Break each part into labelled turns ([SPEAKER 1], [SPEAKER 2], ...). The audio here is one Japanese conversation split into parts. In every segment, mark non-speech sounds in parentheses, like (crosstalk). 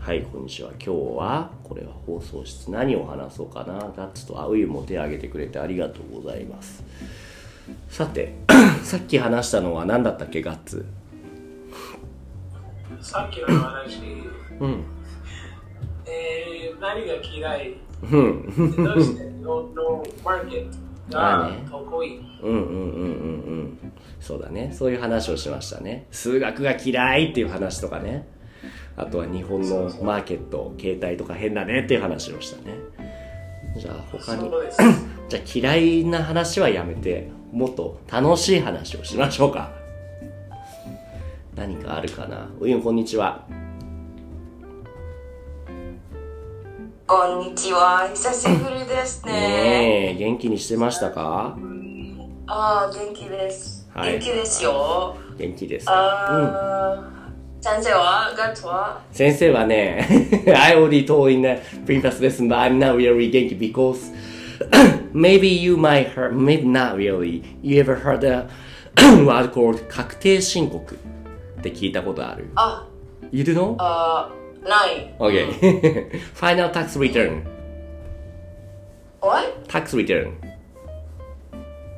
[SPEAKER 1] はい、こんにちは。今日は、これは放送室何を話そうかな。ガッツとあうゆも手を挙げてくれてありがとうございます。さて、 (coughs) さっき話したのは何だったっけ、ガッツ。
[SPEAKER 2] さっきの話、
[SPEAKER 1] うん。
[SPEAKER 2] えー、何が嫌い
[SPEAKER 1] うん。
[SPEAKER 2] どうして日本のマーケット
[SPEAKER 1] まあ
[SPEAKER 2] が
[SPEAKER 1] ね
[SPEAKER 2] かっこいい、
[SPEAKER 1] うんうんうんうんうんそうだねそういう話をしましたね数学が嫌いっていう話とかねあとは日本のマーケット携帯とか変だねっていう話をしたねじゃあ他に
[SPEAKER 2] そうです
[SPEAKER 1] じゃあ嫌いな話はやめてもっと楽しい話をしましょうか何かあるかなウィンこんにちは
[SPEAKER 3] こんにちは。久しぶりですね。
[SPEAKER 1] ねえ元気にしてましたか
[SPEAKER 3] ああ、元気です。
[SPEAKER 1] はい
[SPEAKER 3] 元気ですよ。
[SPEAKER 1] 元気ですか、
[SPEAKER 3] ああ、先生は、ガッツは、
[SPEAKER 1] 先生はね、I (laughs) already told in the previous lesson that I'm not really 元気 because (coughs) maybe you might heard, maybe not really. You ever heard a (coughs) word called 確定申告って聞いたことある
[SPEAKER 3] あ、
[SPEAKER 1] ?You do know?
[SPEAKER 3] あーない。
[SPEAKER 1] Okay. (laughs) Final tax return.
[SPEAKER 3] おい
[SPEAKER 1] Tax return.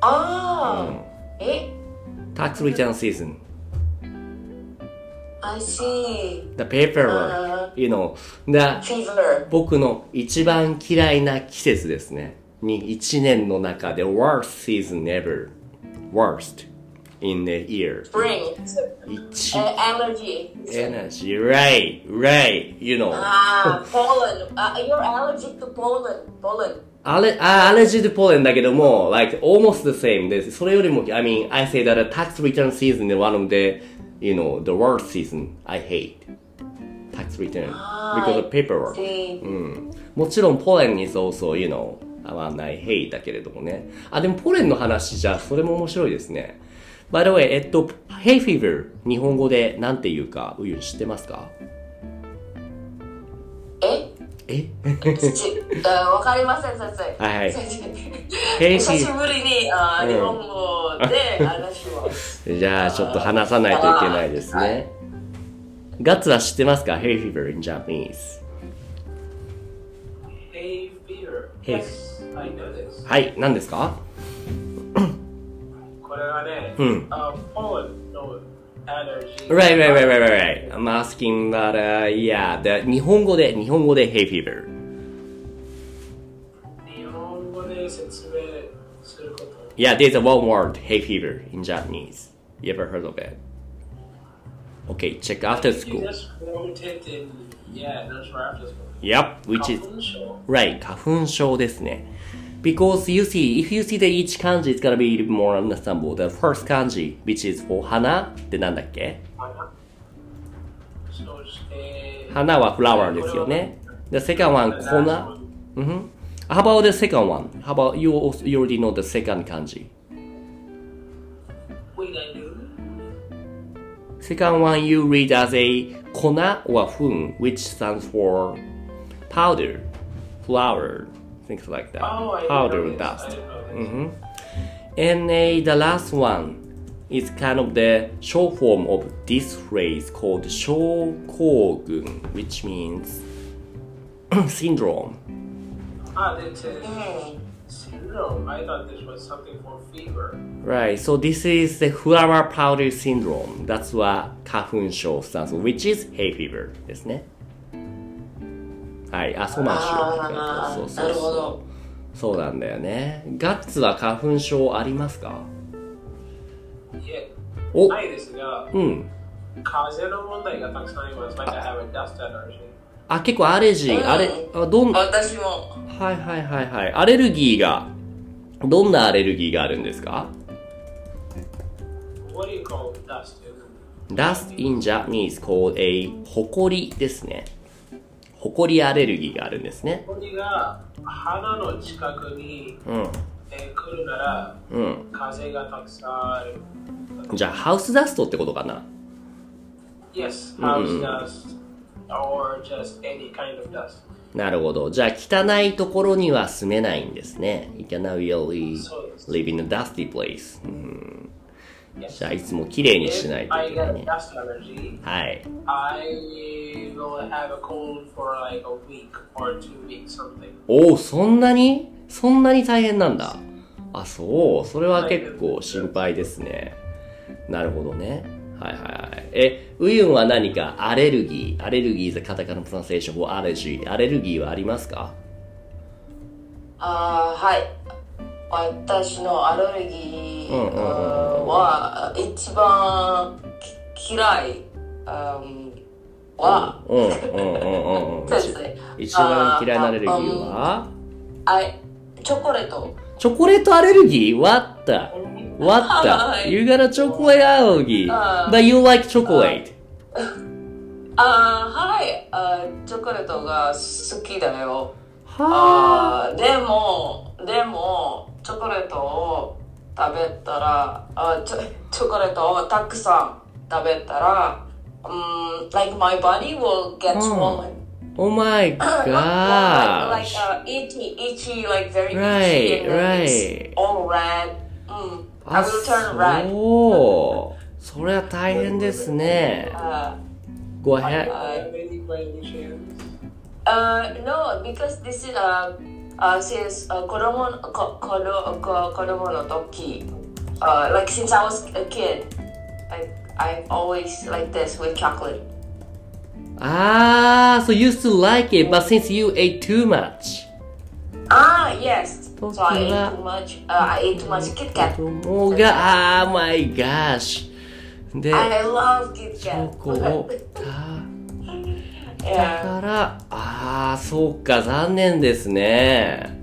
[SPEAKER 3] ああ、え
[SPEAKER 1] Tax return season.
[SPEAKER 3] ?I see.
[SPEAKER 1] The paperwork. You know, the
[SPEAKER 3] Fever.
[SPEAKER 1] 僕の一番嫌いな季節ですね。に一年の中で worst season ever. worst in the year.
[SPEAKER 3] Spring.
[SPEAKER 1] 一
[SPEAKER 3] Eh, Allergy.
[SPEAKER 1] energy, right, right, you know.
[SPEAKER 3] ああ、pollen. Ah, you're allergic to pollen. Pollen.
[SPEAKER 1] アレ、あ、アレジードポーレンだけども、like, almost the same です。それよりも、I mean, I say that a tax return season is one of the, you know, the worst season I hate. Tax return. Because of paperwork.
[SPEAKER 3] See.
[SPEAKER 1] Mm. もちろんポレンにそうそういうのはないヘイだけれどもね。あ、でもポレンの話じゃ、それも面白いですね。By the way, えっと、ヘイフィーバー、日本語でなんて言うか、うゆ知ってますか
[SPEAKER 3] え
[SPEAKER 1] え
[SPEAKER 3] ちあわかりません、先生。
[SPEAKER 1] はいはい
[SPEAKER 3] 先生。
[SPEAKER 1] 平
[SPEAKER 3] 久
[SPEAKER 1] 時
[SPEAKER 3] しぶりにあ
[SPEAKER 1] うん
[SPEAKER 3] 日本語で話を。
[SPEAKER 1] (laughs) じゃあ、ちょっと話さないといけないですね。ガッツは知ってますかヘイフィーバー in Japanese。
[SPEAKER 2] Hey, Peter.
[SPEAKER 1] Hey.
[SPEAKER 2] Yes, I know this.
[SPEAKER 1] はい、何ですか
[SPEAKER 2] これはね、
[SPEAKER 1] うん
[SPEAKER 2] あポーンのアレルギー。
[SPEAKER 1] Right, right, right, right, right, right. I'm asking that, uh, yeah, the 日本語で、日本語でヘイフィーバー。
[SPEAKER 2] 日本語で説明すること。
[SPEAKER 1] Yeah, there's a one word, hay fever, in Japanese. You ever heard of it? Okay, check after
[SPEAKER 2] You
[SPEAKER 1] school.
[SPEAKER 2] just wrote it in, yeah, that's right after school.
[SPEAKER 1] Yep, which is
[SPEAKER 2] 花粉症
[SPEAKER 1] right, 花粉症ですね。Because you see, if you see that each kanji is gonna be more understandable, the first kanji, which is for 花ってなんだっけ
[SPEAKER 2] 花そして、
[SPEAKER 1] 花は flower ですよね。The second one, 粉。Mm-hmm. How about the second one? How about you, also, you already know the second kanji?
[SPEAKER 2] Wait, I do?
[SPEAKER 1] Second one you read as a kona or fun, which stands for powder, flour, things like that.
[SPEAKER 2] Oh, I know
[SPEAKER 1] powder
[SPEAKER 2] this. I
[SPEAKER 1] dust.
[SPEAKER 2] know this.
[SPEAKER 1] hmm And uh, the last one is kind of the short form of this phrase called shokogun, which means (clears throat) syndrome.
[SPEAKER 2] Ah, this is
[SPEAKER 3] うん。
[SPEAKER 2] syndrome. I thought this was something for fever.
[SPEAKER 1] Right, so this is the flower powder syndrome. That's what 花粉症 stands for, which is hay fever ですね。はい、あ、そうなん
[SPEAKER 3] あ
[SPEAKER 1] ですよ。そうそ
[SPEAKER 3] あ、な
[SPEAKER 1] う
[SPEAKER 3] るほ
[SPEAKER 1] そ
[SPEAKER 3] ど。
[SPEAKER 1] う。そうなんだよね。ガッツは花粉症ありますか
[SPEAKER 2] いえ、
[SPEAKER 1] お、
[SPEAKER 2] ないですが、
[SPEAKER 1] うん。
[SPEAKER 2] 風の問題がたくさんあります。Like I have a dust allergy.
[SPEAKER 1] あ、結構アレルギ
[SPEAKER 3] うん
[SPEAKER 1] ー、あれ、あどん、はい
[SPEAKER 3] 私も、
[SPEAKER 1] はいはいはい。アレルギーが、どんなアレルギーがあるんですか
[SPEAKER 2] What do you call dust?
[SPEAKER 1] Dust in Japanese called a 埃ですね。埃アレルギーがあるんですね。
[SPEAKER 2] これが鼻の近くに、
[SPEAKER 1] うん。
[SPEAKER 2] えー来るなら、
[SPEAKER 1] うん。
[SPEAKER 2] 風がたくさんある。
[SPEAKER 1] じゃあハウスダストってことかな
[SPEAKER 2] Yes, house dust or just any kind of dust.
[SPEAKER 1] なるほど。じゃあ汚いところには住めないんですね。You cannot really
[SPEAKER 2] そうです
[SPEAKER 1] live in a dusty place. うん
[SPEAKER 2] Yes.
[SPEAKER 1] じゃあいつも綺麗にしない
[SPEAKER 2] If
[SPEAKER 1] とい
[SPEAKER 2] I
[SPEAKER 1] けな
[SPEAKER 2] get
[SPEAKER 1] い
[SPEAKER 2] a
[SPEAKER 1] ね
[SPEAKER 2] dust allergy,
[SPEAKER 1] はい
[SPEAKER 2] I will have a cold for like a week or two weeks, something.
[SPEAKER 1] おおそんなにそんなに大変なんだあそうそれは結構心配ですねなるほどねはいはいはいえウユンは何かアレルギーアレルギー is a カタカナプロナンセーション or アレルギーアレルギーはありますか
[SPEAKER 3] あーはい私のアレルギー
[SPEAKER 1] うんうんうんうん
[SPEAKER 3] は一番き嫌いあーは
[SPEAKER 1] うんうんうんうんうん
[SPEAKER 3] そうですね
[SPEAKER 1] 一番嫌いなアレルギーは
[SPEAKER 3] あいチョコレート
[SPEAKER 1] チョコレートアレルギー ?What the? What
[SPEAKER 3] は
[SPEAKER 1] the?
[SPEAKER 3] い
[SPEAKER 1] You got a chocolate allergy,
[SPEAKER 3] あー
[SPEAKER 1] but you like chocolate.
[SPEAKER 3] あーはいあーチョコレートが好きだよ
[SPEAKER 1] はあ。
[SPEAKER 3] あーでもでもチョコレートを食べたらあチョチョコレートをたくさん食べたらうん like my body will get
[SPEAKER 1] うん
[SPEAKER 3] swollen、
[SPEAKER 1] Oh my
[SPEAKER 3] like, like
[SPEAKER 1] gosh.
[SPEAKER 3] uh, itchy itchy like very
[SPEAKER 1] Right,
[SPEAKER 3] itchy and then
[SPEAKER 1] right.
[SPEAKER 3] it's all red、うん、I
[SPEAKER 1] あ
[SPEAKER 3] will turn red
[SPEAKER 1] そう。それは大変ですね。
[SPEAKER 3] uh,
[SPEAKER 1] Go
[SPEAKER 2] I
[SPEAKER 1] ahead.
[SPEAKER 2] have any Uh, by any chance?
[SPEAKER 3] Uh, no, because this is uh, uh since uh, 子供のこ子どこ子供の時、uh, like since I was a kid, like I'm always like this with chocolate.
[SPEAKER 1] ああ、so you used to like it, but since you ate too much.
[SPEAKER 3] Ah, yes. So I ate
[SPEAKER 1] 僕は
[SPEAKER 3] too much. Uh, I ate too much Kit Kat.
[SPEAKER 1] 子供が、あー my gosh. で、
[SPEAKER 3] I love Kit
[SPEAKER 1] チョ
[SPEAKER 3] Kat. (laughs)
[SPEAKER 1] コを食べた
[SPEAKER 3] yeah.
[SPEAKER 1] から、ああ、そうか、残念ですね。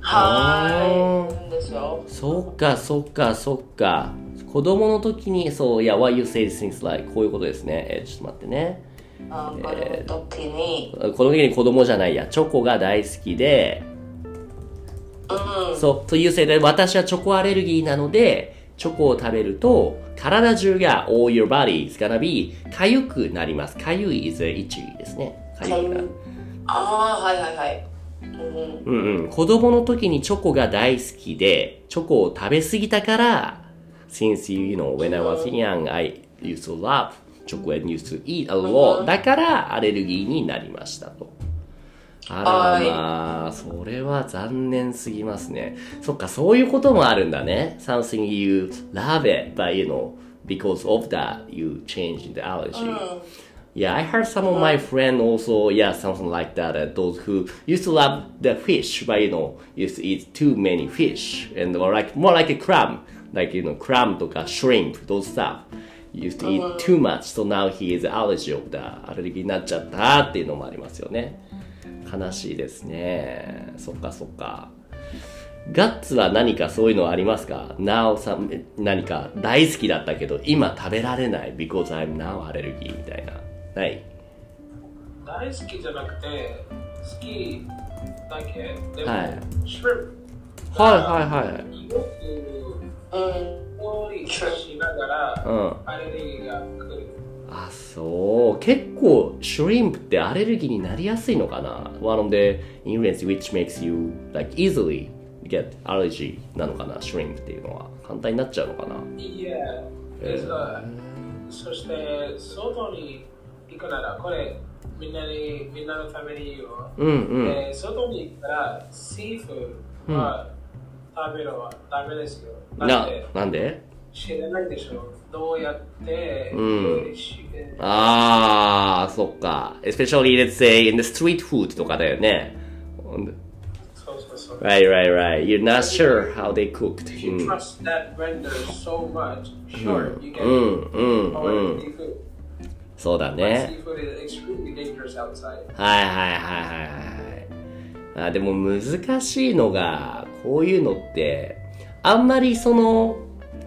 [SPEAKER 3] はい。なんでしょう。
[SPEAKER 1] そっかそっかそっか子供の時にそういや Why you say these things like こういうことですねえちょっと待ってね
[SPEAKER 3] あ子供の時に、
[SPEAKER 1] この時に子供じゃないやチョコが大好きで
[SPEAKER 3] うん。
[SPEAKER 1] そうというせいで私はチョコアレルギーなのでチョコを食べると体中が all your body is gonna be かゆくなりますかゆい is a itchy ですねかゆくなる
[SPEAKER 3] ああはいはいはい。うん。
[SPEAKER 1] うんうん子供の時にチョコが大好きでチョコを食べ過ぎたから since you, you know when I was young I used to love chocolate and used to eat a lot だからアレルギーになりましたとあら
[SPEAKER 3] はい
[SPEAKER 1] まあそれは残念すぎますねそっかそういうこともあるんだね something you love it but you know because of that you change the allergy、Yeah, I heard some of my friend also, yeah, something like that. Uh, those who used to love the fish, but you know, used to eat too many fish, and or like more like a crab, like you know, crab とか shrimp, those stuff. Used to eat too much, so now he is allergy of the アレルギーになっちゃったっていうのもありますよね。悲しいですね。そっかそっか。ガッツは何かそういうのありますか ?Now some, 何か大好きだったけど今食べられない because I'm now アレルギーみたいな。ない。
[SPEAKER 2] 大好きじゃなくて好きだけでも、
[SPEAKER 1] はい
[SPEAKER 2] シュリンプ
[SPEAKER 1] はいはいはい
[SPEAKER 2] いよく
[SPEAKER 3] うん。
[SPEAKER 2] 料理しながら、
[SPEAKER 1] うん
[SPEAKER 2] アレルギーが来る
[SPEAKER 1] あ、そう。結構、シュリンプってアレルギーになりやすいのかな ?One of the ingredients which makes you like easily get allergy なのかなシュリンプっていうのは。簡単になっちゃうのかない
[SPEAKER 2] や、ですがそして外に行くならこれみんなにみんなのために言うわ、
[SPEAKER 1] うんうん。
[SPEAKER 2] えー外に行ったらシーフードは食べるのはダメですよ、だっ
[SPEAKER 1] な
[SPEAKER 2] て、
[SPEAKER 1] なんで
[SPEAKER 2] 知らないでしょどうやって
[SPEAKER 1] うん
[SPEAKER 2] 料理し、
[SPEAKER 1] あー、そっか。especially let's say in the street food とかだよね。
[SPEAKER 2] そうそうそう
[SPEAKER 1] Right, right, right. You're not sure how they cooked.
[SPEAKER 2] If you
[SPEAKER 1] うん
[SPEAKER 2] trust that vendor so much, sure, you
[SPEAKER 1] うん
[SPEAKER 2] can
[SPEAKER 1] うんう
[SPEAKER 2] order
[SPEAKER 1] ん
[SPEAKER 2] seafood.
[SPEAKER 1] そうだ
[SPEAKER 2] But
[SPEAKER 1] ね
[SPEAKER 2] seafood is extremely dangerous outside.
[SPEAKER 1] はいはいはいはいはいあでも難しいのがこういうのってあんまりその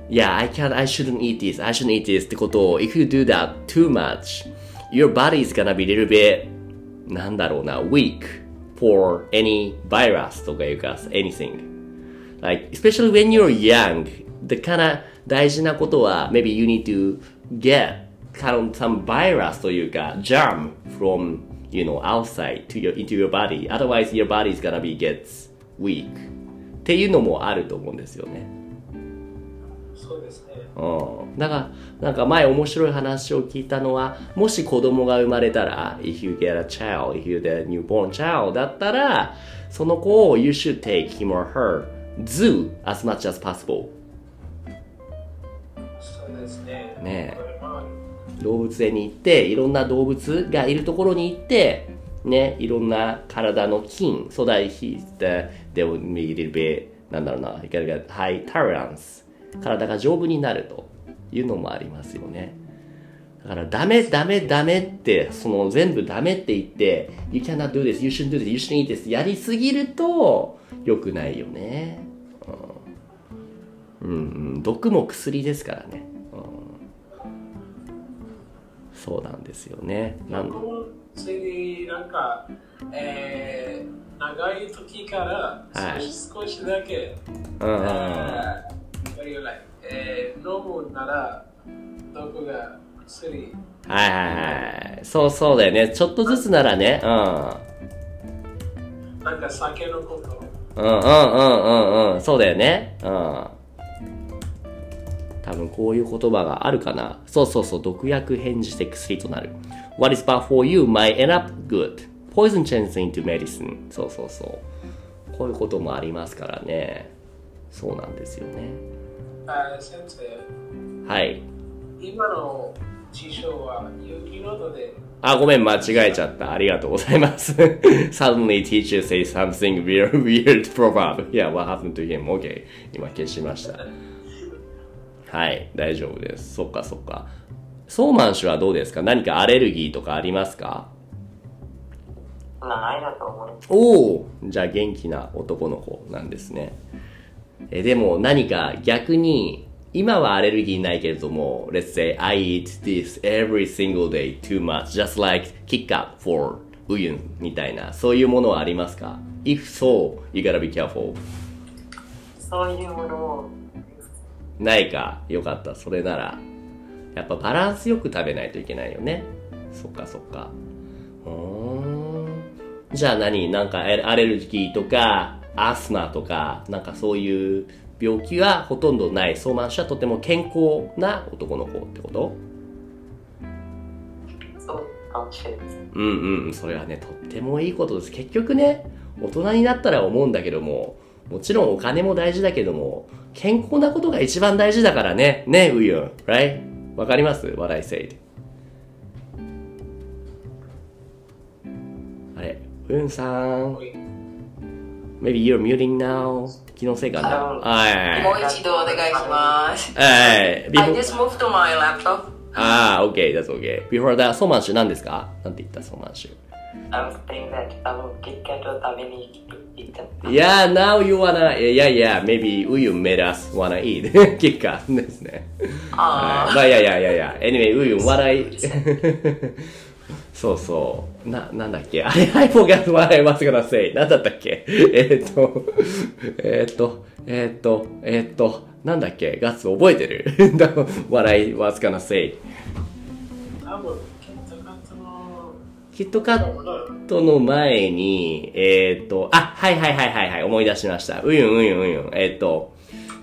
[SPEAKER 1] いや、I can't, I shouldn't eat this, I shouldn't eat this ってことを If you do that too much Your body is gonna be a little bit なんだろうな Weak for any virus とかいうか Anything like especially when you're young the kind of 大事なことは maybe you need to get kind of some virus というか germ from you know outside to your into your body otherwise your body is gonna be gets weak っていうのもあると思うんですよね
[SPEAKER 2] そそうですね。
[SPEAKER 1] うんだからなんか前面白い話を聞いたのはもし子供が生まれたら if you get a child if you get a newborn child だったらその子を you should take him or her zoo as much as possible
[SPEAKER 2] そうですね。
[SPEAKER 1] ね
[SPEAKER 2] これま
[SPEAKER 1] 動物園に行っていろんな動物がいるところに行ってねいろんな体の菌 so that he the, they will be a little bit なんだろうな you gotta get high tolerance 体が丈夫になるというのもありますよねだからダメダメダメってその全部ダメって言って you cannot do this you shouldn't do this you shouldn't eat this やりすぎると良くないよねうん、うんうん、毒も薬ですからね、うんそうなんですよね。な
[SPEAKER 2] あ、
[SPEAKER 1] ん
[SPEAKER 2] 僕もそれでなんか、えー、長い時から
[SPEAKER 1] はい
[SPEAKER 2] 少し少しだけ、
[SPEAKER 1] うん
[SPEAKER 2] えー、what do you like? えー、飲むなら、毒が薬。
[SPEAKER 1] はいはいはい。そうそうだよね。ちょっとずつならね。う
[SPEAKER 2] なんか酒のこと。
[SPEAKER 1] ん。うんうんうんうんうん。そうだよね。うん。多分こういう言葉があるかな。そうそうそう。毒薬返事して薬となる。What is bad for you might end up good. Poison turns into medicine. そうそうそう。こういうこともありますからね。そうなんですよね。
[SPEAKER 2] あー先生、
[SPEAKER 1] はい。
[SPEAKER 2] 今の辞書は有機濃度で。
[SPEAKER 1] あ、ごめん、間違えちゃった。ありがとうございます。Suddenly teacher say something weird, weird proverb. Yeah, what happened to him? Okay. 今消しました。はい、大丈夫です。そっかそっか。ソーマン氏はどうですか何かアレルギーとかありますか
[SPEAKER 3] ないだと思う。
[SPEAKER 1] おおじゃあ元気な男の子なんですね。え、でも何か逆に、今はアレルギーないけれども、let's say I eat this every single day too much, just like kick up for ウユンみたいな、そういうものはありますか ?If so, you gotta be careful.
[SPEAKER 3] そういうものを。
[SPEAKER 1] ないか。よかった。それなら。やっぱバランスよく食べないといけないよね。そっかそっか。うーん。じゃあ何なんかえアレルギーとか、アスマとか、なんかそういう病気はほとんどない。そうマンシはとても健康な男の子ってこと
[SPEAKER 3] そうかもしれない。
[SPEAKER 1] うんうん、それはね、とってもいいことです。結局ね、大人になったら思うんだけども、もちろんお金も大事だけども、健康なことが一番大事だからね。ね、ウユン。Right? わかります ?What I said. あれ、ウユンさん。
[SPEAKER 2] おい
[SPEAKER 1] Maybe you're muting now. 気のせいかな。
[SPEAKER 3] も
[SPEAKER 1] は
[SPEAKER 3] う一度お願いします
[SPEAKER 1] い。。はい。
[SPEAKER 3] I
[SPEAKER 1] Before-
[SPEAKER 3] just moved to my laptop.
[SPEAKER 1] ああ、OK, that's OK. Before that, ソーマンシュ何ですかなんて言ったソーマンシュ。
[SPEAKER 3] I was saying that あのキッカーのために行った。
[SPEAKER 1] Yeah, now you wanna, yeah, yeah, maybe Uyu made us wanna eat. (laughs) 結果ですね。
[SPEAKER 3] あ
[SPEAKER 1] はいまあ、いやいやいやいや、anyway, Uyu 笑い。 (laughs) そうそう。な、なんだっけあ (laughs) れ、I forgot what I was gonna say. なんだったっけえーっと、えーっと、えーっと、えーっと、なんだっけガッツ覚えてる (laughs) ?what I was gonna say.
[SPEAKER 2] 多分、ケンタカットの。
[SPEAKER 1] キットカットの前に、えーっ、と、あ、はいはいはいはいはい、思い出しました。うんうんうんうん。えーっ、と、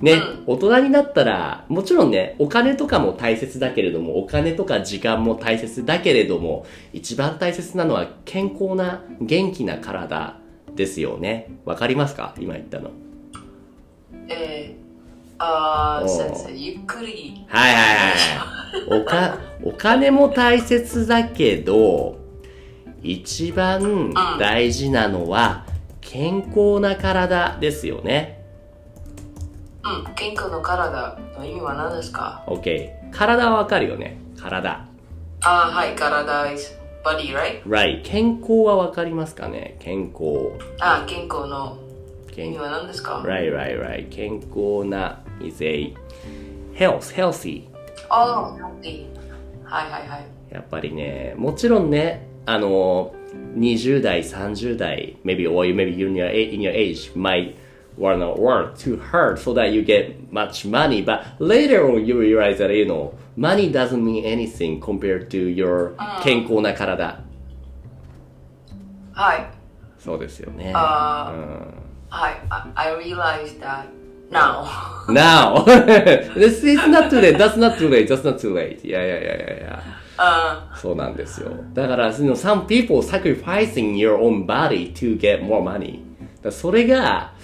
[SPEAKER 1] ね、大人になったら、もちろんね、お金とかも大切だけれども、お金とか時間も大切だけれども、一番大切なのは健康な、元気な体ですよね。わかりますか今言ったの。
[SPEAKER 3] えーあー
[SPEAKER 1] お
[SPEAKER 3] 先生ゆっくり。
[SPEAKER 1] はいはいはい。おか、お金も大切だけど、一番大事なのは、健康な体ですよね。
[SPEAKER 3] うん、健康の体の意味は何ですか
[SPEAKER 1] OK。体はわかるよね。体。
[SPEAKER 3] あーはい、体 is body, right?
[SPEAKER 1] right。健康はわかりますかね健康。
[SPEAKER 3] あー健康の意
[SPEAKER 1] 健
[SPEAKER 3] 味は何ですか
[SPEAKER 1] right, right, right. 健康な is a health, healthy.
[SPEAKER 3] あー、healthy はいはいはい。
[SPEAKER 1] やっぱりね、もちろんね、あの、20代、30代、maybe, or you- maybe you're in your, a- in your age, might wanna work too hard so that you get much money, but later on you realize that, you know, money doesn't mean anything compared to your 健康な体。
[SPEAKER 3] はい、
[SPEAKER 1] そうですよね。
[SPEAKER 3] あ
[SPEAKER 1] う
[SPEAKER 3] ー
[SPEAKER 1] ん、
[SPEAKER 3] はい。I, I realized that now. (laughs)
[SPEAKER 1] now. (laughs) this is not too late. That's not too late. That's not too late. Yeah, yeah, yeah, yeah, yeah.
[SPEAKER 3] うん
[SPEAKER 1] そうなんですよ。だから、その some people sacrificing your own body to get more money。だからそれが、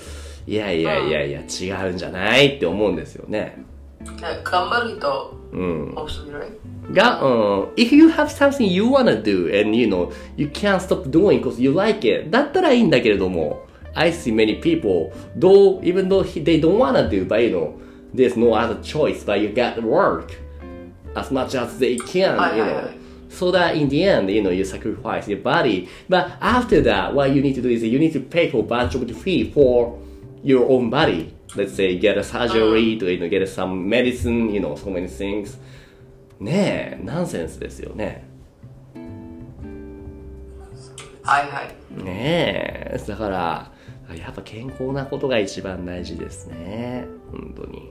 [SPEAKER 1] いやいやいやいや、違うんじゃないって思うんですよね。
[SPEAKER 3] 頑張る人面白い。
[SPEAKER 1] が、うん、if uh, you have something you wanna do and you know, you can't stop doing because you like it, だったらいいんだけれども、I see many people, though, even though he- they don't wanna do, but you know, there's no other choice, but you got to work as much as they can,
[SPEAKER 3] はい
[SPEAKER 1] you
[SPEAKER 3] はいはい
[SPEAKER 1] know. So that in the end, you know, you sacrifice your body. But after that, what you need to do is you need to pay for a bunch of the fee for your own body. Let's say get a surgery, to, you know, get some medicine, you know, so many things. ねえ、ナンセンスですよね。
[SPEAKER 3] はいはい。
[SPEAKER 1] ねえ、だから、やっぱ健康なことが一番大事ですね。本当に。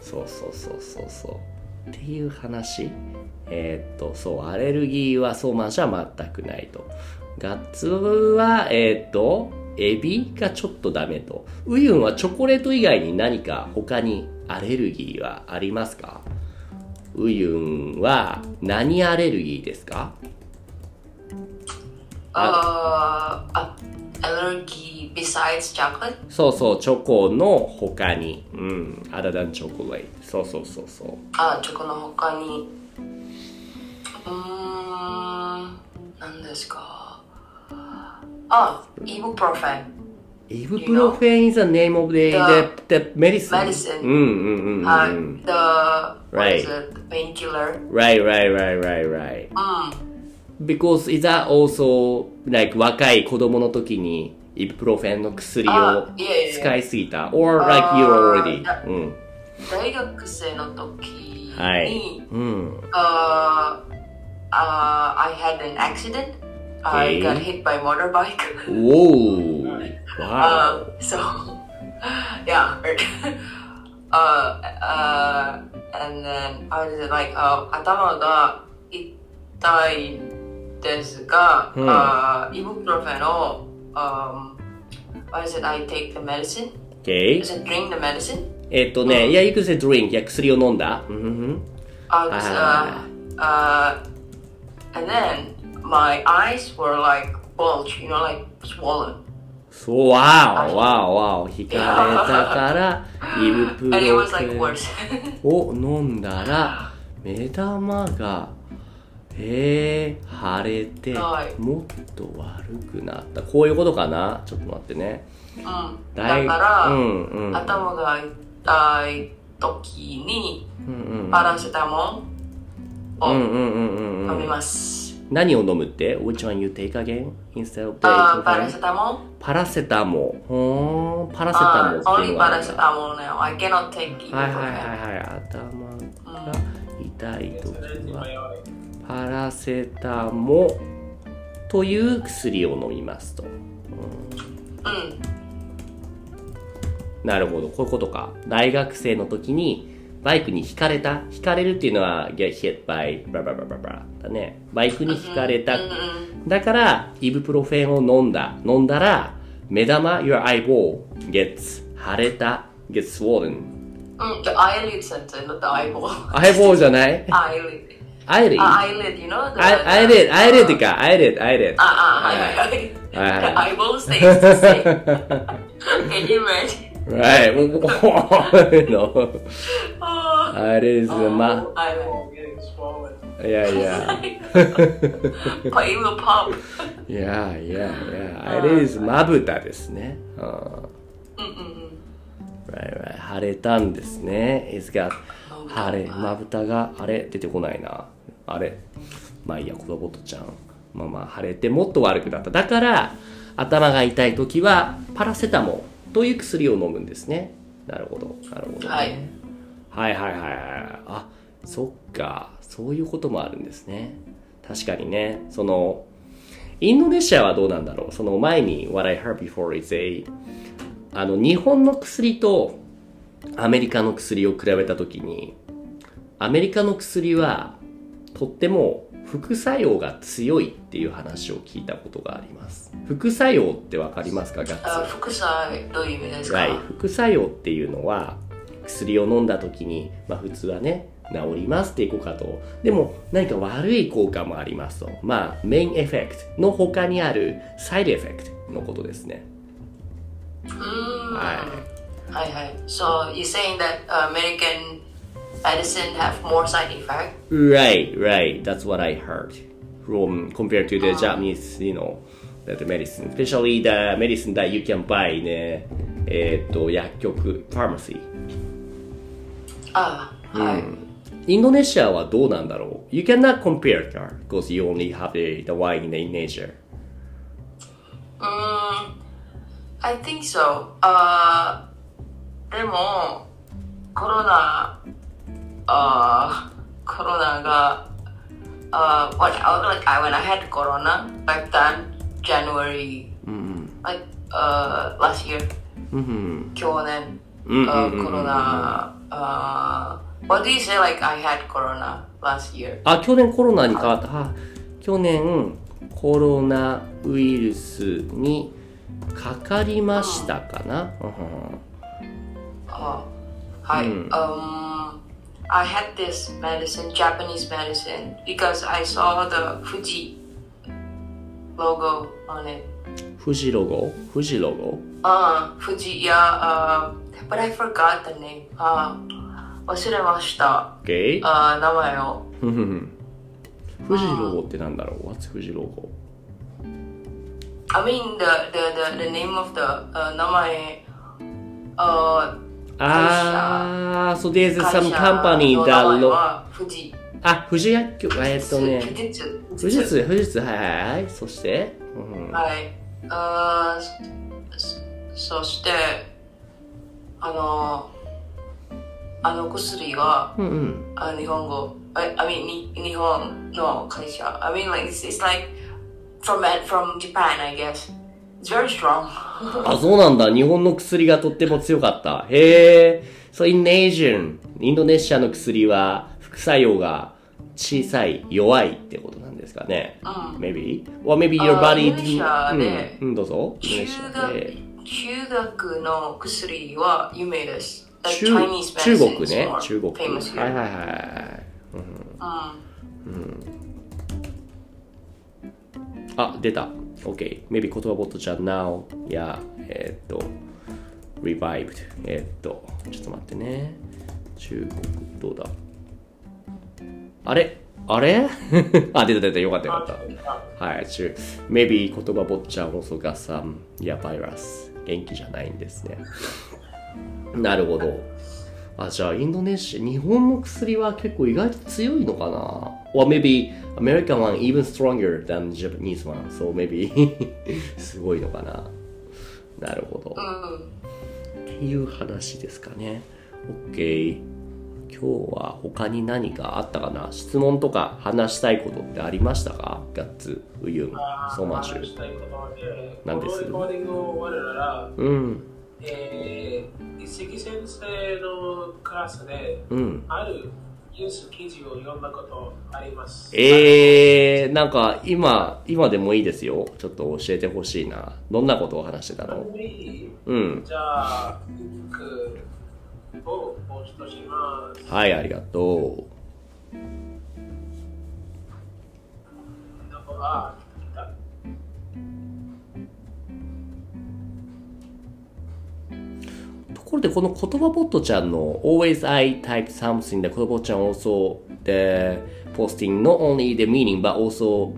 [SPEAKER 1] そうそうそうそうそう。っていう話。えーっと、そう、アレルギーはそうまじゃ全くないと。ガッツは、えーっと、エビがちょっとダメと。ウユンはチョコレート以外に何か他にアレルギーはありますかウユンは何アレルギーですか Uh,
[SPEAKER 3] ああ、allergy besides chocolate?
[SPEAKER 1] そうそう、チョコの他に。うん、アダダンチョコレート。そうそうそうそう。
[SPEAKER 3] あ、チョコの他に。うーん、何ですかあ、イブプロフェン。
[SPEAKER 1] イブプロフェン is the name of the, the, the medicine.
[SPEAKER 3] medicine
[SPEAKER 1] うんうんうんうん。
[SPEAKER 3] はい。
[SPEAKER 1] right,
[SPEAKER 3] Uh, The,
[SPEAKER 1] Mm.
[SPEAKER 3] what is
[SPEAKER 1] Right.
[SPEAKER 3] it? The painkiller. Mm,
[SPEAKER 1] right, right, right, right.
[SPEAKER 3] うん。
[SPEAKER 1] Because is that also, like, 若い子供の時にイブプロフェンの薬を
[SPEAKER 3] あいやいやいや
[SPEAKER 1] 使いすぎた。or like you
[SPEAKER 3] あ
[SPEAKER 1] already. うん。
[SPEAKER 3] 大学生の時に、
[SPEAKER 1] はい。うん。
[SPEAKER 3] uh, uh, I had an accident. I
[SPEAKER 1] Okay.
[SPEAKER 3] got hit by motorbike. (laughs)
[SPEAKER 1] おー。
[SPEAKER 3] Uh,
[SPEAKER 1] Wow.
[SPEAKER 3] so, (laughs) yeah, hurt. (laughs) uh, uh, and then I was like, uh, 頭が痛いですが、
[SPEAKER 1] うん
[SPEAKER 3] uh, ibuprofen を、um, what is it? I take the medicine.
[SPEAKER 1] Okay.
[SPEAKER 3] Is it drink the medicine?
[SPEAKER 1] えっとね、いや、you could say drink. いや、薬を飲んだ。うんうんうん。
[SPEAKER 3] I was,
[SPEAKER 1] Ah.
[SPEAKER 3] uh, uh, and then my eyes were like bulge, you know, like swollen.
[SPEAKER 1] そう、わおわおわお、引かれた
[SPEAKER 3] (laughs)
[SPEAKER 1] から、イブプ
[SPEAKER 3] And it
[SPEAKER 1] ロ
[SPEAKER 3] was
[SPEAKER 1] フ
[SPEAKER 3] like
[SPEAKER 1] ェン
[SPEAKER 3] worse. (laughs)
[SPEAKER 1] を飲んだら、目玉が、へえ、腫れて、
[SPEAKER 3] はい
[SPEAKER 1] もっと悪くなった。こういうことかなちょっと待ってね。
[SPEAKER 3] うん、だ
[SPEAKER 1] だい
[SPEAKER 3] から、
[SPEAKER 1] うんうん。
[SPEAKER 3] 頭が痛い時に
[SPEAKER 1] うんうん
[SPEAKER 3] パラセタモン
[SPEAKER 1] う
[SPEAKER 3] を
[SPEAKER 1] んうんうんうんう
[SPEAKER 3] 飲み
[SPEAKER 1] ん。
[SPEAKER 3] ます。
[SPEAKER 1] 何を飲むって ?Which one you take again? Instead of the
[SPEAKER 3] あーパラセタモン
[SPEAKER 1] パラセタモル。ほーん、パラセタモ
[SPEAKER 3] あ
[SPEAKER 1] ルっ
[SPEAKER 3] ー
[SPEAKER 1] ていう
[SPEAKER 3] Only
[SPEAKER 1] のが
[SPEAKER 3] パ
[SPEAKER 1] あるんだ
[SPEAKER 3] ラセタモン now. I cannot take
[SPEAKER 1] はいはい
[SPEAKER 3] ibuprofen.
[SPEAKER 1] はいはい頭が痛い
[SPEAKER 2] It's
[SPEAKER 1] 時
[SPEAKER 2] an
[SPEAKER 1] は
[SPEAKER 2] antibiotic.
[SPEAKER 1] パラセタモという薬を飲みますと
[SPEAKER 3] うん、
[SPEAKER 1] なるほどこういうことか大学生の時にバイクにひかれたひかれるっていうのは get hit by バババババだねバイクにひかれただからイブプロフェンを飲んだ飲んだら目玉 your eyeball gets 腫れた gets swollen
[SPEAKER 3] うん、the eyelid center, not the eyeball.
[SPEAKER 1] 相棒じゃない
[SPEAKER 3] eyelid.
[SPEAKER 1] アイリー
[SPEAKER 3] Ah, eyelid, you know? The,
[SPEAKER 1] アイレット、アイレットか、アイレット、アイレット。
[SPEAKER 3] ああ、はい
[SPEAKER 1] はい
[SPEAKER 3] はい。The
[SPEAKER 1] は
[SPEAKER 3] eyeball stays the same. Can you imagine?
[SPEAKER 1] い。 (laughs) はい、もう、もう、
[SPEAKER 3] あ
[SPEAKER 1] アイレ (laughs) ッ
[SPEAKER 3] ー
[SPEAKER 1] ト、ま、
[SPEAKER 3] eyelid.
[SPEAKER 2] Oh, getting swollen.
[SPEAKER 1] いやい (laughs) や、
[SPEAKER 3] But it will pop.
[SPEAKER 1] いやいやいや、アイレット、まぶたですね。うん。Right, right. 腫れたんですね。It's got 腫れ、まぶたが、あれ、出てこないな。あれ、まあいいや、子供とちゃん。まあまあ、腫れてもっと悪くなった。だから、頭が痛い時は、パラセタモンという薬を飲むんですね。なるほど、なるほど、ね。
[SPEAKER 3] はい。
[SPEAKER 1] はいはいはいはいあそっかそういうこともあるんですね確かにねそのインドネシアはどうなんだろうその前に What I heard before is a あの日本の薬とアメリカの薬を比べた時にアメリカの薬はとっても副作用が強いっていう話を聞いたことがあります副作用ってわかりますかガッツ
[SPEAKER 3] あ副作用どういう意味ですか、
[SPEAKER 1] はい、副作用っていうのは薬を飲んだ時に、まあ、普通はね治りますっていこうかとでも何か悪い効果もありますとまあメインエフェクトの他にあるサイドエフェクトのことですね
[SPEAKER 3] うーん
[SPEAKER 1] はい
[SPEAKER 3] はいはい So you're saying that uh, American medicine have more side effect?
[SPEAKER 1] Right, right. That's what I heard from compared to the Japanese, you know, that the medicine, especially the medicine that you can buy in a, えーっと薬局 pharmacy.
[SPEAKER 3] ああはい、
[SPEAKER 1] インドネシアはどうなんだろう ?You cannot compare there because you only have the, the wine in Indonesia.
[SPEAKER 3] Mm, I think so. Uh, でも、コロナ、uh, コロナが、uh, when, I, like, I, when I had corona back then, January, like, uh, last year, 去年、uh, コロナ、uh, what do you say, like, I had corona last year?
[SPEAKER 1] あ、去年コロナに変わった。あ去年コロナウイルスにかかりましたかな、
[SPEAKER 3] Oh, hi.
[SPEAKER 1] Hmm.
[SPEAKER 3] Um, I had this medicine, Japanese medicine, because I saw the Fuji logo on it.
[SPEAKER 1] 富士ロゴ富士ロゴ
[SPEAKER 3] Uh, Fuji, yeah, uh, but I forgot the name. Uh, 忘れました。
[SPEAKER 1] ?OK?
[SPEAKER 3] Uh, 名前を。
[SPEAKER 1] 富士ロゴってなんだろう ?What's 富士ロゴ
[SPEAKER 3] I mean, the, the, the, the name of the uh, 名前, uh,
[SPEAKER 1] あー、so there's some
[SPEAKER 3] 会社の
[SPEAKER 1] company that... ろ
[SPEAKER 3] 名前は Fuji.
[SPEAKER 1] あ、富士薬局、えーっとね。
[SPEAKER 3] Fujitsu.
[SPEAKER 1] 富士通、富士通、はいはいはい。そして、うん、
[SPEAKER 3] はい。あーそそして、あの、あの薬は、
[SPEAKER 1] うんうん。
[SPEAKER 3] あ日本語、I, I mean, に日本の会社。I mean, like, it's, it's like from, from Japan, I guess. It's
[SPEAKER 1] (laughs)
[SPEAKER 3] very strong.
[SPEAKER 1] あ、そうなんだ。日本の薬がとっても強かった。へえ。So in Asian, インドネシアの薬は副作用が小さい、弱いってことなんですかね。maybe? Or maybe your
[SPEAKER 3] あー
[SPEAKER 1] body...
[SPEAKER 3] インドネシアね
[SPEAKER 1] うん、うん、どうぞ。インド
[SPEAKER 3] 中
[SPEAKER 1] ネシア
[SPEAKER 3] 学
[SPEAKER 1] で。
[SPEAKER 3] 中学の薬は有名です。Like
[SPEAKER 1] 中
[SPEAKER 3] Chinese
[SPEAKER 1] 中
[SPEAKER 3] medicine
[SPEAKER 1] 国
[SPEAKER 3] is
[SPEAKER 1] ね
[SPEAKER 3] more
[SPEAKER 1] 中国
[SPEAKER 3] famous
[SPEAKER 1] はい
[SPEAKER 3] here.
[SPEAKER 1] はいはいはいうん、あ出た OK maybe 言葉ボットじゃ now いやえーっと revived えーっとちょっと待ってね中国どうだあれあれ (laughs) あ出た出たよかったよかったはい、中 Maybe 言葉坊ちゃん遅がさんやバイラス元気じゃないんですね。なるほど。あ、じゃあインドネシア、日本の薬は結構意外と強いのかな ?Or maybe American one even stronger than Japanese one. So maybe (laughs) すごいのかななるほど。っていう話ですかね。OK。今日は他に何かあったかな質問とか話したいことってありましたかガッツ、ウユン、ソマシュ。何です
[SPEAKER 2] このレコーディングを終わるなら、
[SPEAKER 1] うん、
[SPEAKER 2] えー、一石先生のクラスで、
[SPEAKER 1] うん。
[SPEAKER 2] あるニュース記事を読んだことあります。
[SPEAKER 1] えー、なんか今、今でもいいですよ。ちょっと教えてほしいな。どんなことを話してたのうん。
[SPEAKER 2] じゃあ、リンクをポストします。
[SPEAKER 1] はい、ありがと
[SPEAKER 2] どこが来た
[SPEAKER 1] う。ところで、この言葉ボットちゃんの Always I type something で言葉ボットちゃん also the posting not only the meaning but also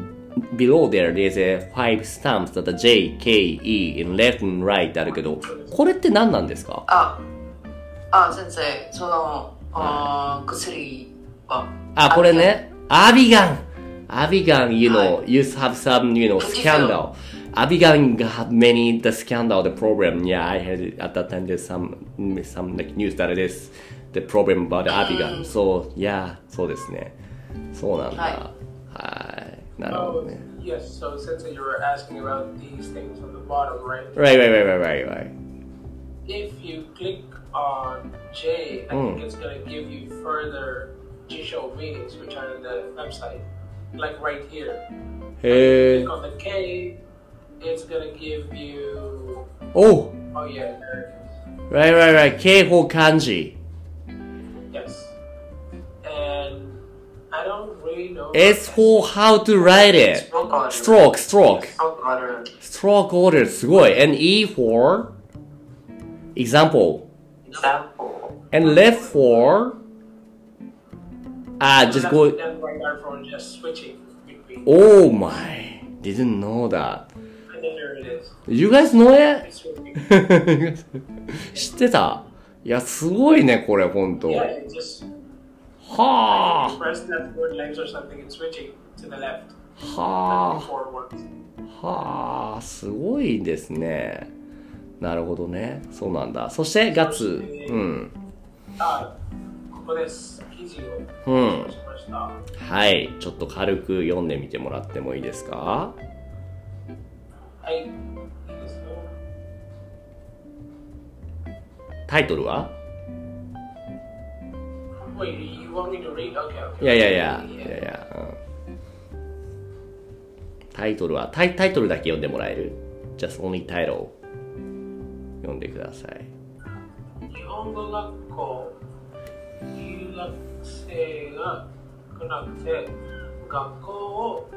[SPEAKER 1] below there there's a five stamps that are J, K, E in left and right ってあるけど、これって何なんですか
[SPEAKER 3] あ、あ、先生、その、あー薬は。
[SPEAKER 1] あ、これね。アビガン。アビガン、you know,
[SPEAKER 3] は
[SPEAKER 1] you have some, you know,
[SPEAKER 3] 富士山
[SPEAKER 1] scandal. アビガン have many the scandal, the problem. Yeah, I heard it at that time there's some, some like news that it is the problem about the アビガン。So, yeah, そうですね。そうなんだ。
[SPEAKER 3] は
[SPEAKER 1] はい。なるほど
[SPEAKER 2] Oh,
[SPEAKER 1] ね。
[SPEAKER 2] yes, so since you were asking about these things on the bottom right,
[SPEAKER 1] Right, right, right, right, right, right.
[SPEAKER 2] if you click on J, I
[SPEAKER 1] Mm.
[SPEAKER 2] think it's going to give you further judicial meanings, which are in the website. like right here.
[SPEAKER 1] へえ
[SPEAKER 2] Click on the K, it's gonna give you.
[SPEAKER 1] おう
[SPEAKER 2] Oh yeah, there
[SPEAKER 1] Right, right, right. 警報漢字。
[SPEAKER 2] it is. Yes. And I don't really know.
[SPEAKER 1] It's for how to write it.
[SPEAKER 4] Stroke order.
[SPEAKER 1] Stroke, stroke.
[SPEAKER 4] Stroke order.
[SPEAKER 1] Stroke order すごい。And E for example.
[SPEAKER 4] Example.
[SPEAKER 1] And left for あ、just go.
[SPEAKER 2] That's why I'm from just switching between.
[SPEAKER 1] Oh my. Didn't know that.
[SPEAKER 2] I think there it is.
[SPEAKER 1] You guys know it? (laughs)
[SPEAKER 2] It's really-
[SPEAKER 1] 知ってたいや、すごいね、これ、ほんと。
[SPEAKER 2] Yeah, it just
[SPEAKER 1] はあ。
[SPEAKER 2] press left forward legs or something and switching to the left.
[SPEAKER 1] はあ。
[SPEAKER 2] Forward.
[SPEAKER 1] はあ、すごいですね。なるほどね。そうなんだ。そして、ガッツ。うん。
[SPEAKER 2] Ah, ここです。記事を
[SPEAKER 1] うん。
[SPEAKER 2] しました。
[SPEAKER 1] はい。ちょっと軽く読んでみてもらってもいいですか
[SPEAKER 2] はい。いいですよ。
[SPEAKER 1] タイトルは
[SPEAKER 2] Wait, you want me to read? Okay, okay.
[SPEAKER 1] いやいやいや、いやいや、うんタイトルはタイ、タイトルだけ読んでもらえる ?just only title 読んでください。
[SPEAKER 2] 日本語学校留学生が少なくて、学校を、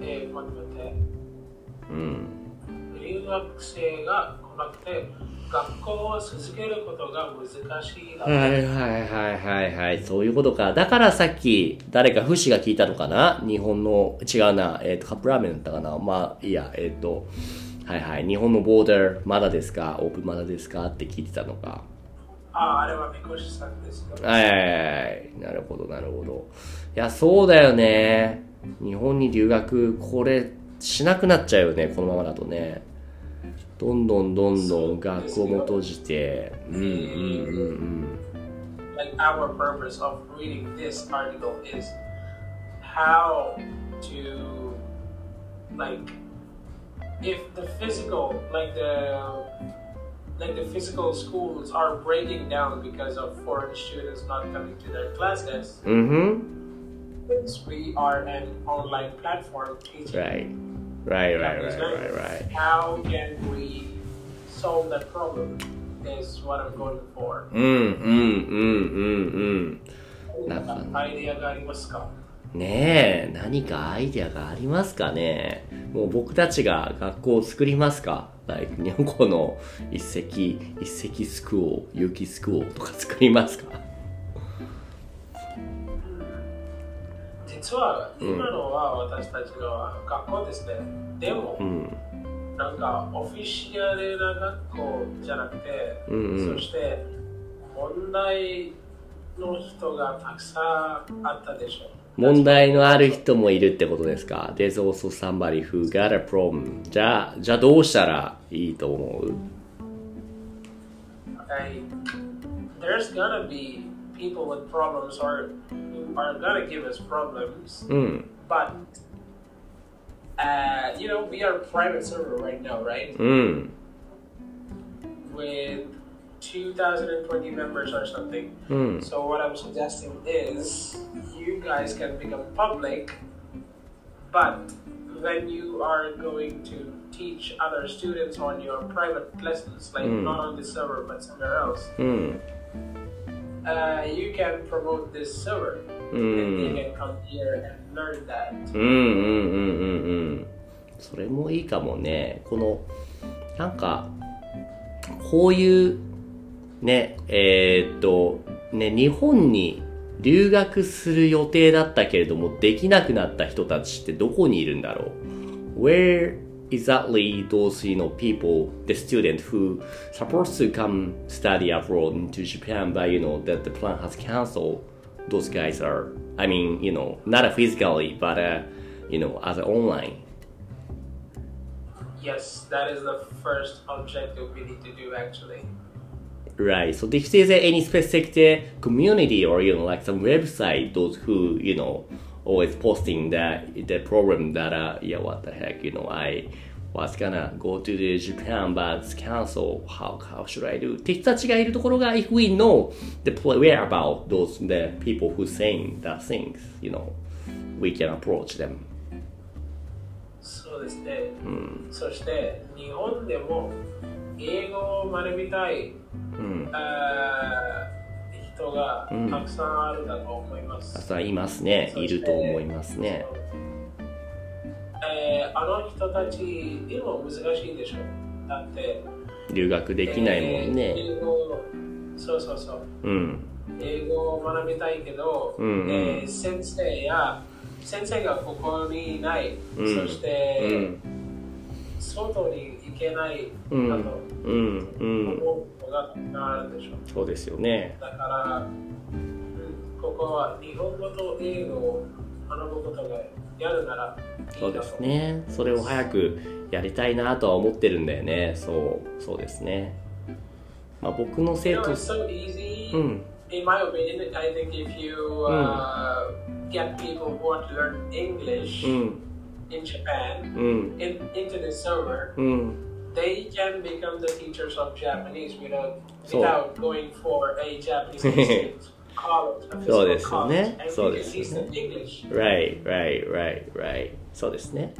[SPEAKER 2] えー、まとめて、
[SPEAKER 1] うん。
[SPEAKER 2] 留学生が来なくて、学校を続けることが難しいだ。
[SPEAKER 1] はいはいはいはいはい、そういうことか。だからさっき、誰かフシが聞いたのかな日本の、違うな、えっ、と、カップラーメンだったかなまあ、いいや、えっ、と、はいはい、日本のボーダー、まだですかオープンまだですかって聞いてたのか。
[SPEAKER 2] ああ、あれはびっくりしたんですけど。
[SPEAKER 1] はいはいはいはい。なるほど、なるほど。いや、そうだよね。日本に留学、これ、しなくなっちゃうよね、このままだとね。どんどんどんどん学校も閉じて。うんうんうん
[SPEAKER 2] like our purpose of reading this article is how to like if the physical like the like the physical schools are breaking down because of foreign students not coming to their classes
[SPEAKER 1] うん。うんふん。
[SPEAKER 2] since we are an online platform teaching
[SPEAKER 1] right. Right, right,
[SPEAKER 2] Japanese
[SPEAKER 1] right,
[SPEAKER 2] language,
[SPEAKER 1] right, right.
[SPEAKER 2] how can we solve that problem is what i'm going for
[SPEAKER 1] うんうんうんうんなんか
[SPEAKER 2] idea がありますか
[SPEAKER 1] うん。ねえ、何かアイディアがありますかねもう僕たちが学校を作りますか like 日本語の一石、一石スクール、有機スクールとか作りますか
[SPEAKER 2] 実は今のは私たちの学校ですね、でも、
[SPEAKER 1] うん。
[SPEAKER 2] なんかオフィシャルな学校じゃなくて、
[SPEAKER 1] うんうん
[SPEAKER 2] そして問題の人がたくさんあったでしょ
[SPEAKER 1] 問題のある人もいるってことですか ?There's also somebody who got a problem. じゃあ、じゃあどうしたらいいと思う
[SPEAKER 2] Like, there's gonna be people with problems or who are gonna give us problems
[SPEAKER 1] うん。
[SPEAKER 2] but uh, you know we are private server right now right
[SPEAKER 1] うん。
[SPEAKER 2] with 2020 members or something
[SPEAKER 1] うん。
[SPEAKER 2] So what I'm suggesting is you guys can become public, but when you are going to teach other students on your private lessons, like
[SPEAKER 1] Mm.
[SPEAKER 2] not on this server but somewhere else,
[SPEAKER 1] うん。
[SPEAKER 2] uh, you can promote this server
[SPEAKER 1] う
[SPEAKER 2] and they
[SPEAKER 1] ん。
[SPEAKER 2] can come here and learn that.
[SPEAKER 1] うんうんうんうんうんそれもいいかもねこのなんかこういうねえーっとね日本に留学する予定だったけれどもできなくなった人たちってどこにいるんだろう Where exactly those you know people the student who supposed to come study abroad into Japan but you know that the plan has cancelled those guys are i mean you know not physically but uh, you know as online
[SPEAKER 2] Yes, that is the first objective we need to do actually.
[SPEAKER 1] right so if there's any specific uh, community or you know like some website those who you know always posting that the problem that uh yeah what the heck you know i was gonna go to the japan but it's canceled how how should i do って人たちがいるところが if we know the pl- where about those the people who saying that things you know we can approach them.
[SPEAKER 2] そうですね、そして日本でも英語を学びたい、あー人がたくさんあるかと思います、
[SPEAKER 1] たくさんいますね。いると思いますね。
[SPEAKER 2] えーあの人たちでも難しいでしょだって
[SPEAKER 1] 留学できないもん
[SPEAKER 2] え
[SPEAKER 1] ね。
[SPEAKER 2] ー英語そうそうそう
[SPEAKER 1] うん。
[SPEAKER 2] 英語を学びたいけど、
[SPEAKER 1] うんうん
[SPEAKER 2] えー先生や先生がここにいない、
[SPEAKER 1] ん
[SPEAKER 2] そして、
[SPEAKER 1] うん。
[SPEAKER 2] 外に行けないだと
[SPEAKER 1] うん
[SPEAKER 2] 思
[SPEAKER 1] うん。うん。
[SPEAKER 2] うことがたくさんあるでしょ
[SPEAKER 1] そうですよね。
[SPEAKER 2] だから、うんここは日本語と英語を学ぶことがやるならいいなと
[SPEAKER 1] そうですね。それを早くやりたいなとは思ってるんだよね。そう。そうですね。まあ僕の
[SPEAKER 2] You
[SPEAKER 1] 生
[SPEAKER 2] know,
[SPEAKER 1] 徒
[SPEAKER 2] it's、so easy.
[SPEAKER 1] うん。
[SPEAKER 2] In my opinion, I think if you uh, get people who want to learn English
[SPEAKER 1] うん。
[SPEAKER 2] in Japan
[SPEAKER 1] うん。
[SPEAKER 2] in, into the server,
[SPEAKER 1] うん。
[SPEAKER 2] they can become the teachers of Japanese without
[SPEAKER 1] So-
[SPEAKER 2] without going for a
[SPEAKER 1] (laughs)
[SPEAKER 2] Japanese institute, college, a
[SPEAKER 1] So
[SPEAKER 2] physical
[SPEAKER 1] ですよね。
[SPEAKER 2] college, and
[SPEAKER 1] そう
[SPEAKER 2] we
[SPEAKER 1] ですよね。
[SPEAKER 2] can teach them English.
[SPEAKER 1] Right, right, right, right. そうですね。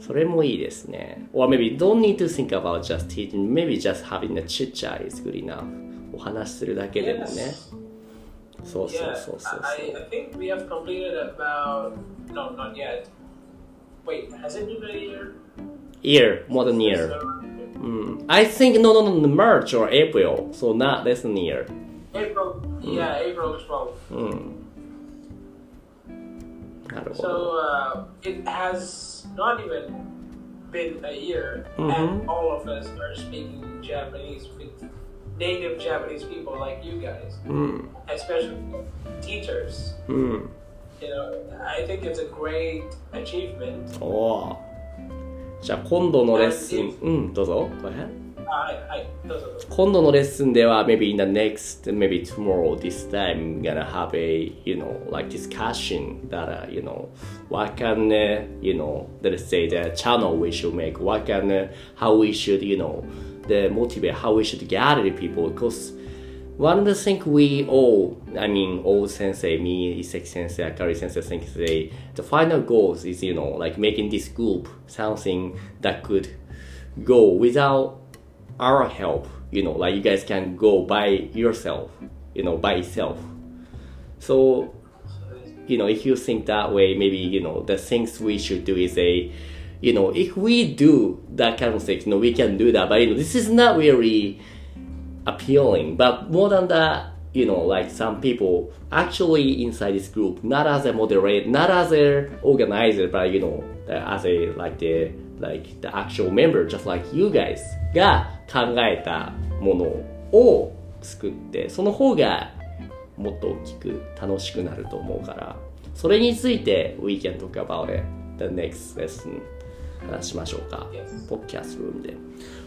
[SPEAKER 1] それもいいですね。Or maybe don't need to think about just teaching. Maybe just having a chit chat is good enough. お話しするだけでもね。
[SPEAKER 2] Yes.
[SPEAKER 1] そうそ
[SPEAKER 2] Yeah,
[SPEAKER 1] うそうそう
[SPEAKER 2] I, I think we have completed about no, not yet. Wait, has it been a year?
[SPEAKER 1] Year, more than year. I think no, no, no, March or April. So not less than year.
[SPEAKER 2] April. Yeah,
[SPEAKER 1] Mm.
[SPEAKER 2] April 12th.
[SPEAKER 1] なるほど。
[SPEAKER 2] So uh, it has not even been a year, and all of us are speaking Japanese with native Japanese people like you guys, especially teachers.
[SPEAKER 1] うん。
[SPEAKER 2] You know, I think it's a great achievement.
[SPEAKER 1] おおー。じゃあ今度のレッスン。うん、どうぞ。Go ahead.
[SPEAKER 2] I, I, those are the-
[SPEAKER 1] 今度のレッスンでは maybe in the next maybe tomorrow this time gonna have a you know like discussion that uh, you know what can uh, you know let's say the channel we should make what can uh, how we should you know the motivate how we should gather the people because one of the things we all, I mean, all sensei, me, Iseki sensei, Akari sensei, sensei, the final goal is, you know, like making this group something that could go without our help, you know, like you guys can go by yourself, you know, by itself. So you know, if you think that way, maybe, you know, the things we should do is a, you know, if we do that kind of things, you know, we can do that. But, you know, this is not really appealing. But more than that, you know, like some people actually inside this group, not as a moderator, not as a organizer, but, you know, as a, like the, like the actual member, just like you guys が考えたものを作って、その方がもっと大きく楽しくなると思うからそれについて We can talk about it the next lesson 話しましょうか
[SPEAKER 2] Yes.
[SPEAKER 1] ポッキャスルームで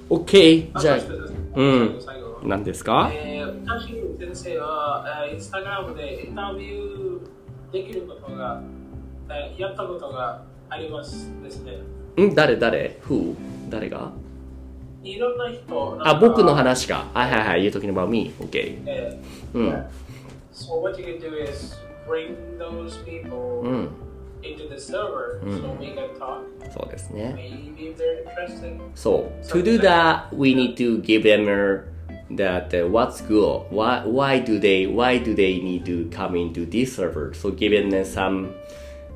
[SPEAKER 1] OK じゃ Mm.
[SPEAKER 2] 最後、最後、最後。
[SPEAKER 1] あ何ですか
[SPEAKER 2] えー、カシン先生は、えーインスタグラムでインタビューできることが、えーやったことがありますですね。
[SPEAKER 1] ん誰誰 Who? 誰が
[SPEAKER 2] いろんな人なんか
[SPEAKER 1] あ僕の話かはいはいはい言うときの場面 OK
[SPEAKER 2] えー
[SPEAKER 1] うん
[SPEAKER 2] So what you can do is bring those
[SPEAKER 1] う
[SPEAKER 2] people
[SPEAKER 1] ん
[SPEAKER 2] into the server、so we can talk.
[SPEAKER 1] そうですね
[SPEAKER 2] Maybe if they're interested.
[SPEAKER 1] So to do that, we need to give them uh, that uh, what's good. Why why do they why do they need to come into this server? So giving them some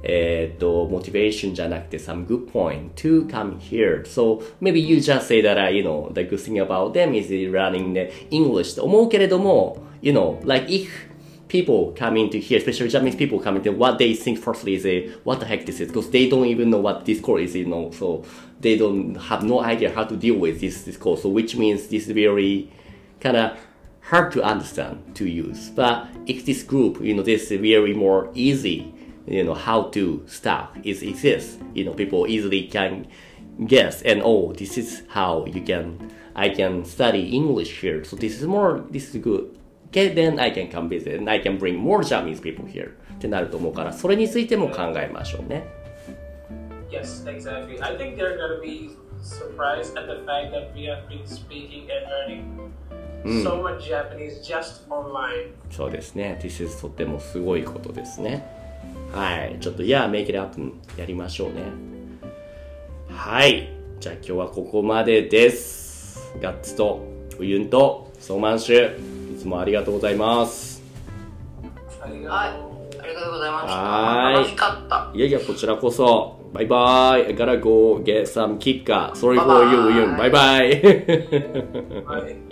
[SPEAKER 1] uh, motivation じゃなくて some good point to come here. So maybe you just say that uh, you know the good thing about them is they running the English と思うけれども you know like if people come into here, especially Japanese people come into what they think firstly is a, what the heck this is, because they don't even know what Discord is, you know, so they don't have no idea how to deal with this Discord, so which means this is very kind of hard to understand to use. But if this group, you know, this is very more easy, you know, how to stuff is exists, you know, people easily can guess and oh, this is how you can, I can study English here, so this is more, this is good. Okay, then I can come visit and I can bring more Japanese people here ってなると思うからそれについても考えましょうね
[SPEAKER 2] Yes, exactly. I think they're gonna be surprised at the fact that we have been speaking and learning
[SPEAKER 1] Mm.
[SPEAKER 2] so much Japanese just online.
[SPEAKER 1] そうですね This is とてもすごいことですね
[SPEAKER 5] はい。ちょっと、Yeah, make it up やりましょうね。はい。じゃあ今日はここまでです。ガッツと、ウユンと、ソーマンシュ、いつもありがとうございます。
[SPEAKER 2] あり
[SPEAKER 3] は
[SPEAKER 2] が
[SPEAKER 3] い
[SPEAKER 2] とう。
[SPEAKER 3] ありがとうございました
[SPEAKER 5] はーい
[SPEAKER 3] 楽しかった
[SPEAKER 5] いやいや、こちらこそ。バイバイ。I gotta go get some kika. Sorry for you, ウユン。バイバイ。 (laughs)
[SPEAKER 2] はい